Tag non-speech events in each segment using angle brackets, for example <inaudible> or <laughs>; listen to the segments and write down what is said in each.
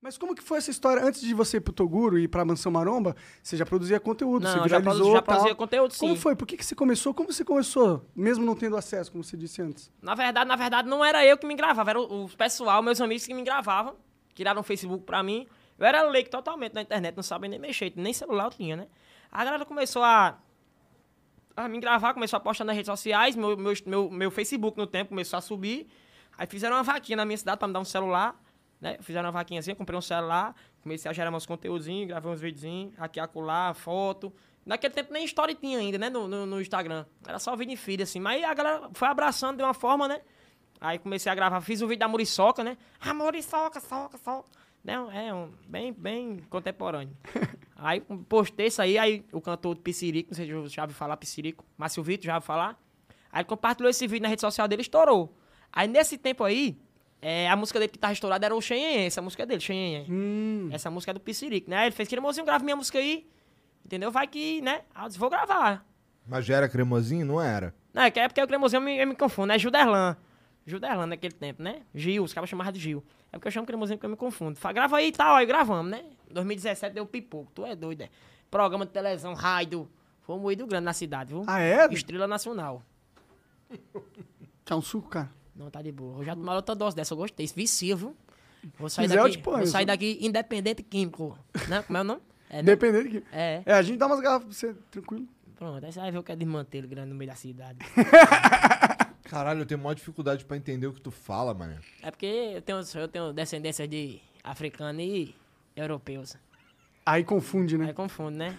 Mas como que foi essa história antes de você ir pro Toguro e pra Mansão Maromba? Você já produzia conteúdo, Não, você já viralizou, produzi- já tal. produzia conteúdo, Como sim. foi? Por que, que você começou? Como você começou? Mesmo não tendo acesso, como você disse antes. Na verdade, na verdade, não era eu que me gravava, era o, o pessoal, meus amigos que me gravavam, tiraram o Facebook pra mim. Eu era leigo totalmente na internet, não sabia nem mexer, nem celular eu tinha, né? A galera começou a, a me gravar, começou a postar nas redes sociais, meu, meu, meu, meu Facebook no tempo começou a subir. Aí fizeram uma vaquinha na minha cidade pra me dar um celular, né? Fizeram uma vaquinhazinha, comprei um celular, comecei a gerar meus conteúdinhos, gravei uns videozinhos, aqui, acolá, foto. Naquele tempo nem story tinha ainda, né? No, no, no Instagram. Era só vídeo e feed, assim. Mas a galera foi abraçando de uma forma, né? Aí comecei a gravar, fiz o vídeo da Muriçoca, né? A Muriçoca, soca, soca. Né? É um, bem, bem contemporâneo. aí postei isso aí, aí o cantor do Piscirico, não sei se você já ouviu falar Piscirico, Márcio Vitor já ouviu falar. Aí ele compartilhou esse vídeo na rede social dele e estourou. Aí nesse tempo aí, é, a música dele que tava estourada era o Xenhenhen, essa música dele, Xenhenhen. Hum, Essa música é do Piscirico, né? Aí Ele fez, que mozinho, grave minha música aí. Entendeu? Vai que, né? Aí eu disse, vou gravar. Mas já era cremosinho? Não era. Não, é que- é porque o cremosinho eu me, eu me confundo, é Juderlan. Juderlan naquele tempo, né? Gil, os caras chamavam de Gil. É porque eu chamo cremosinho porque eu me confundo. Fala, grava aí e tal, aí gravamos, né? 2017 deu pipoco, tu é doido, é. Programa de televisão, raio. Foi um moído grande na cidade, viu? Ah, é? Estrela Nacional. Quer um suco, cara? Não, tá de boa. Eu já tomei outra dose dessa, eu gostei. Isso vicia, viu? Vou sair Quiser, eu daqui, te ponho, vou sair viu? daqui independente químico. Né? Como é o nome? É, né? Dependendo de que... É. É, a gente dá umas garrafas pra você, tranquilo. Pronto, aí você vai ver o que é de manter grande no meio da cidade. Caralho, eu tenho maior dificuldade pra entender o que tu fala, mano. É porque eu tenho, eu tenho descendência de africano e europeus. Aí confunde, né? Aí confundo, <laughs> né?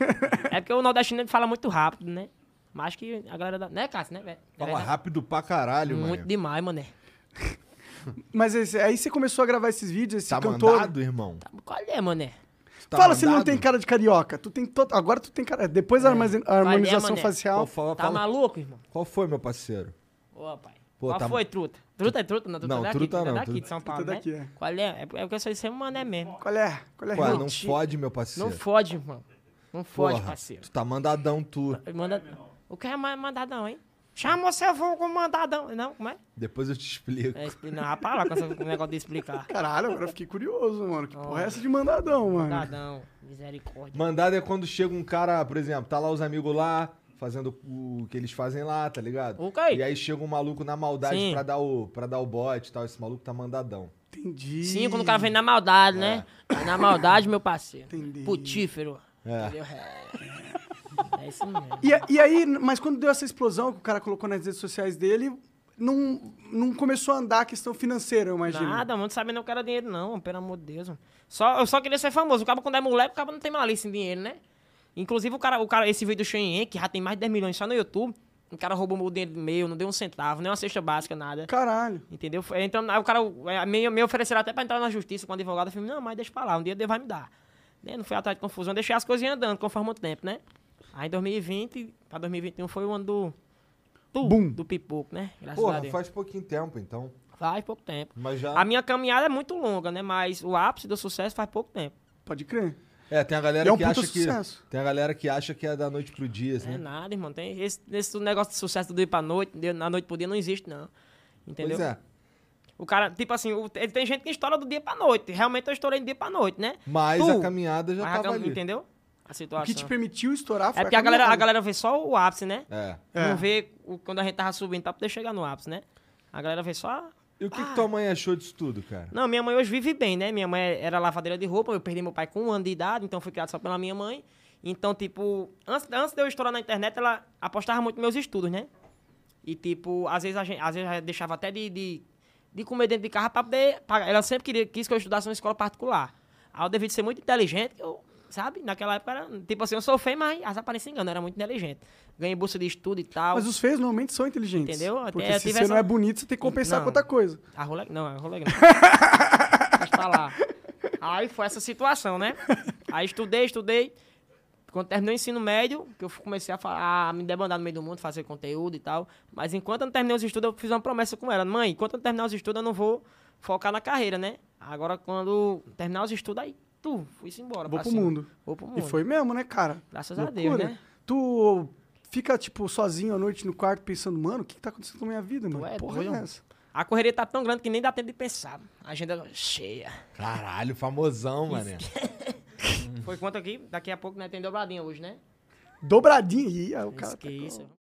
é porque o nordestino ele fala muito rápido, né? Mas acho que a galera da. Né, Cássio, né? velho? Fala Galera- rápido pra caralho, Muito mano. demais, mané. Mas esse- aí você começou a gravar esses vídeos, esse Tá cantor. mandado, irmão? Qual é, mané? Tá fala se não mandado? tem cara de carioca. Tu tem to- Agora tu tem cara. Depois da armazen- a Vai, é, harmonização mané. Pô, facial. fala, Tá fala- maluco, irmão? Qual foi, meu parceiro? Ô, pai. Pô, Qual tá- foi, truta? Truta é truta, não? Truta Não, é daqui, truta é não, daqui truta- de São Paulo, truta né? é daqui, é. Qual é? É porque eu sou sempre mané mesmo. Qual é? Qual é, Pô, irmão? não fode, meu parceiro. Não fode, irmão. Não fode, Porra, parceiro. Tu tá mandadão, tu. Ele Manda... O que é ma- mandadão, hein? Chamou seu vulgo mandadão. Não, como é? Depois eu te explico. É, expli- não, a palavra com esse negócio de explicar. Caralho, agora eu fiquei curioso, mano. Que porra é essa de mandadão, mano? Mandadão, misericórdia. Mandado é quando chega um cara, por exemplo, tá lá os amigos lá, fazendo o que eles fazem lá, tá ligado? Ok. E aí chega um maluco na maldade Sim. pra dar, o, pra dar o bote e tal. Esse maluco tá mandadão. Entendi. Sim, quando o cara vem na maldade, né? Na maldade, meu parceiro. Entendi. Putífero. É. Entendeu? É. É isso mesmo. E, a- e aí, mas quando deu essa explosão que o cara colocou nas redes sociais dele, não, não começou a andar a questão financeira, eu imagino. Nada, mano, não sabe nem o que era dinheiro, não, pelo amor de Deus. Mano. Só, eu só queria ser famoso. O cara, quando é moleque, o cara não tem malícia em dinheiro, né? Inclusive, o cara, o cara esse vídeo do Shen que já tem mais de 10 milhões só no YouTube, o cara roubou o dinheiro meu, não deu um centavo, nem uma cesta básica, nada. Caralho. Entendeu? Foi- Então, aí o cara é, me, me ofereceram até pra entrar na justiça com a advogada. Eu falei, não, mas deixa pra lá, um dia Deus vai me dar. Né? Não foi atrás de confusão, deixei as coisas andando conforme o tempo, né? Aí em 2020 pra 2021 foi o ano do. Do, Boom. do pipoco, né? Graças a Porra, Deus. Faz... faz Tá. pouquinho tempo, então. pouco tempo. Mas já. A minha caminhada é muito longa, né? Mas o ápice do sucesso faz pouco tempo. Pode crer. É, tem a galera É um que puta acha sucesso. que. Tem a galera que acha que é da noite pro dia, assim. É nada, irmão. Tem esse, esse negócio de sucesso do dia pra noite, de- na noite pro dia, não existe, não. Entendeu? Pois é. O cara, tipo assim, o- ele tem gente que estoura do dia pra noite. Realmente eu estourei do dia pra noite, né? Mas Tu- a caminhada já Mas a tava cam- ali. Ah, Entendeu? A O situação. que te permitiu estourar foi É porque a galera, a caminhada. galera vê só o ápice, né? É. É. Não vê o- quando a gente tava subindo pra poder chegar no ápice, né? A galera vê só. a- E o que, Ah. que tua mãe achou disso tudo, cara? Não, minha mãe hoje vive bem, né? Minha mãe era lavadeira de roupa, eu perdi meu pai com um ano de idade, então fui criado só pela minha mãe. Então, tipo, antes, antes de eu estourar na internet, ela apostava muito nos meus estudos, né? E, tipo, às vezes a gente, às vezes ela deixava até de, de, de comer dentro de casa pra poder. pagar. ela sempre queria, quis que eu estudasse numa escola particular. Aí eu devia ser muito inteligente, eu, sabe? Naquela época era. Tipo assim, eu sou feio, mas as aparências enganam, eu era muito inteligente. Ganhei bolsa de estudo e tal. Mas os feios normalmente são inteligentes. Entendeu? Até Porque eu se tive você essa- não é bonito, você tem que compensar Não. com outra coisa. A rolê... Não, a é rolê não. <laughs> Mas tá lá. Aí foi essa situação, né? Aí estudei, estudei. Quando terminou o ensino médio, que eu fu- comecei a, falar, a me debandar no meio do mundo, fazer conteúdo e tal. Mas enquanto eu não terminei os estudos, eu fiz uma promessa com ela. Mãe, enquanto eu não terminar os estudos, eu não vou focar na carreira, né? Agora, quando terminar os estudos, aí tu, fui-se embora. Vou pra pro cima. mundo. Vou pro mundo. E foi mesmo, né, cara? assim, tá Graças a Deus, né? Tu fica, tipo, sozinho à noite no quarto pensando, mano, o que, que tá acontecendo com a minha vida, mano? é Porra, doido, é mano. essa? A correria tá tão grande que nem dá tempo de pensar. A agenda cheia. Caralho, famosão, mané. Foi quanto aqui? Daqui a pouco, né? Tem dobradinha hoje, né? Dobradinha. Ih, aí o cara Isso que tá com- isso.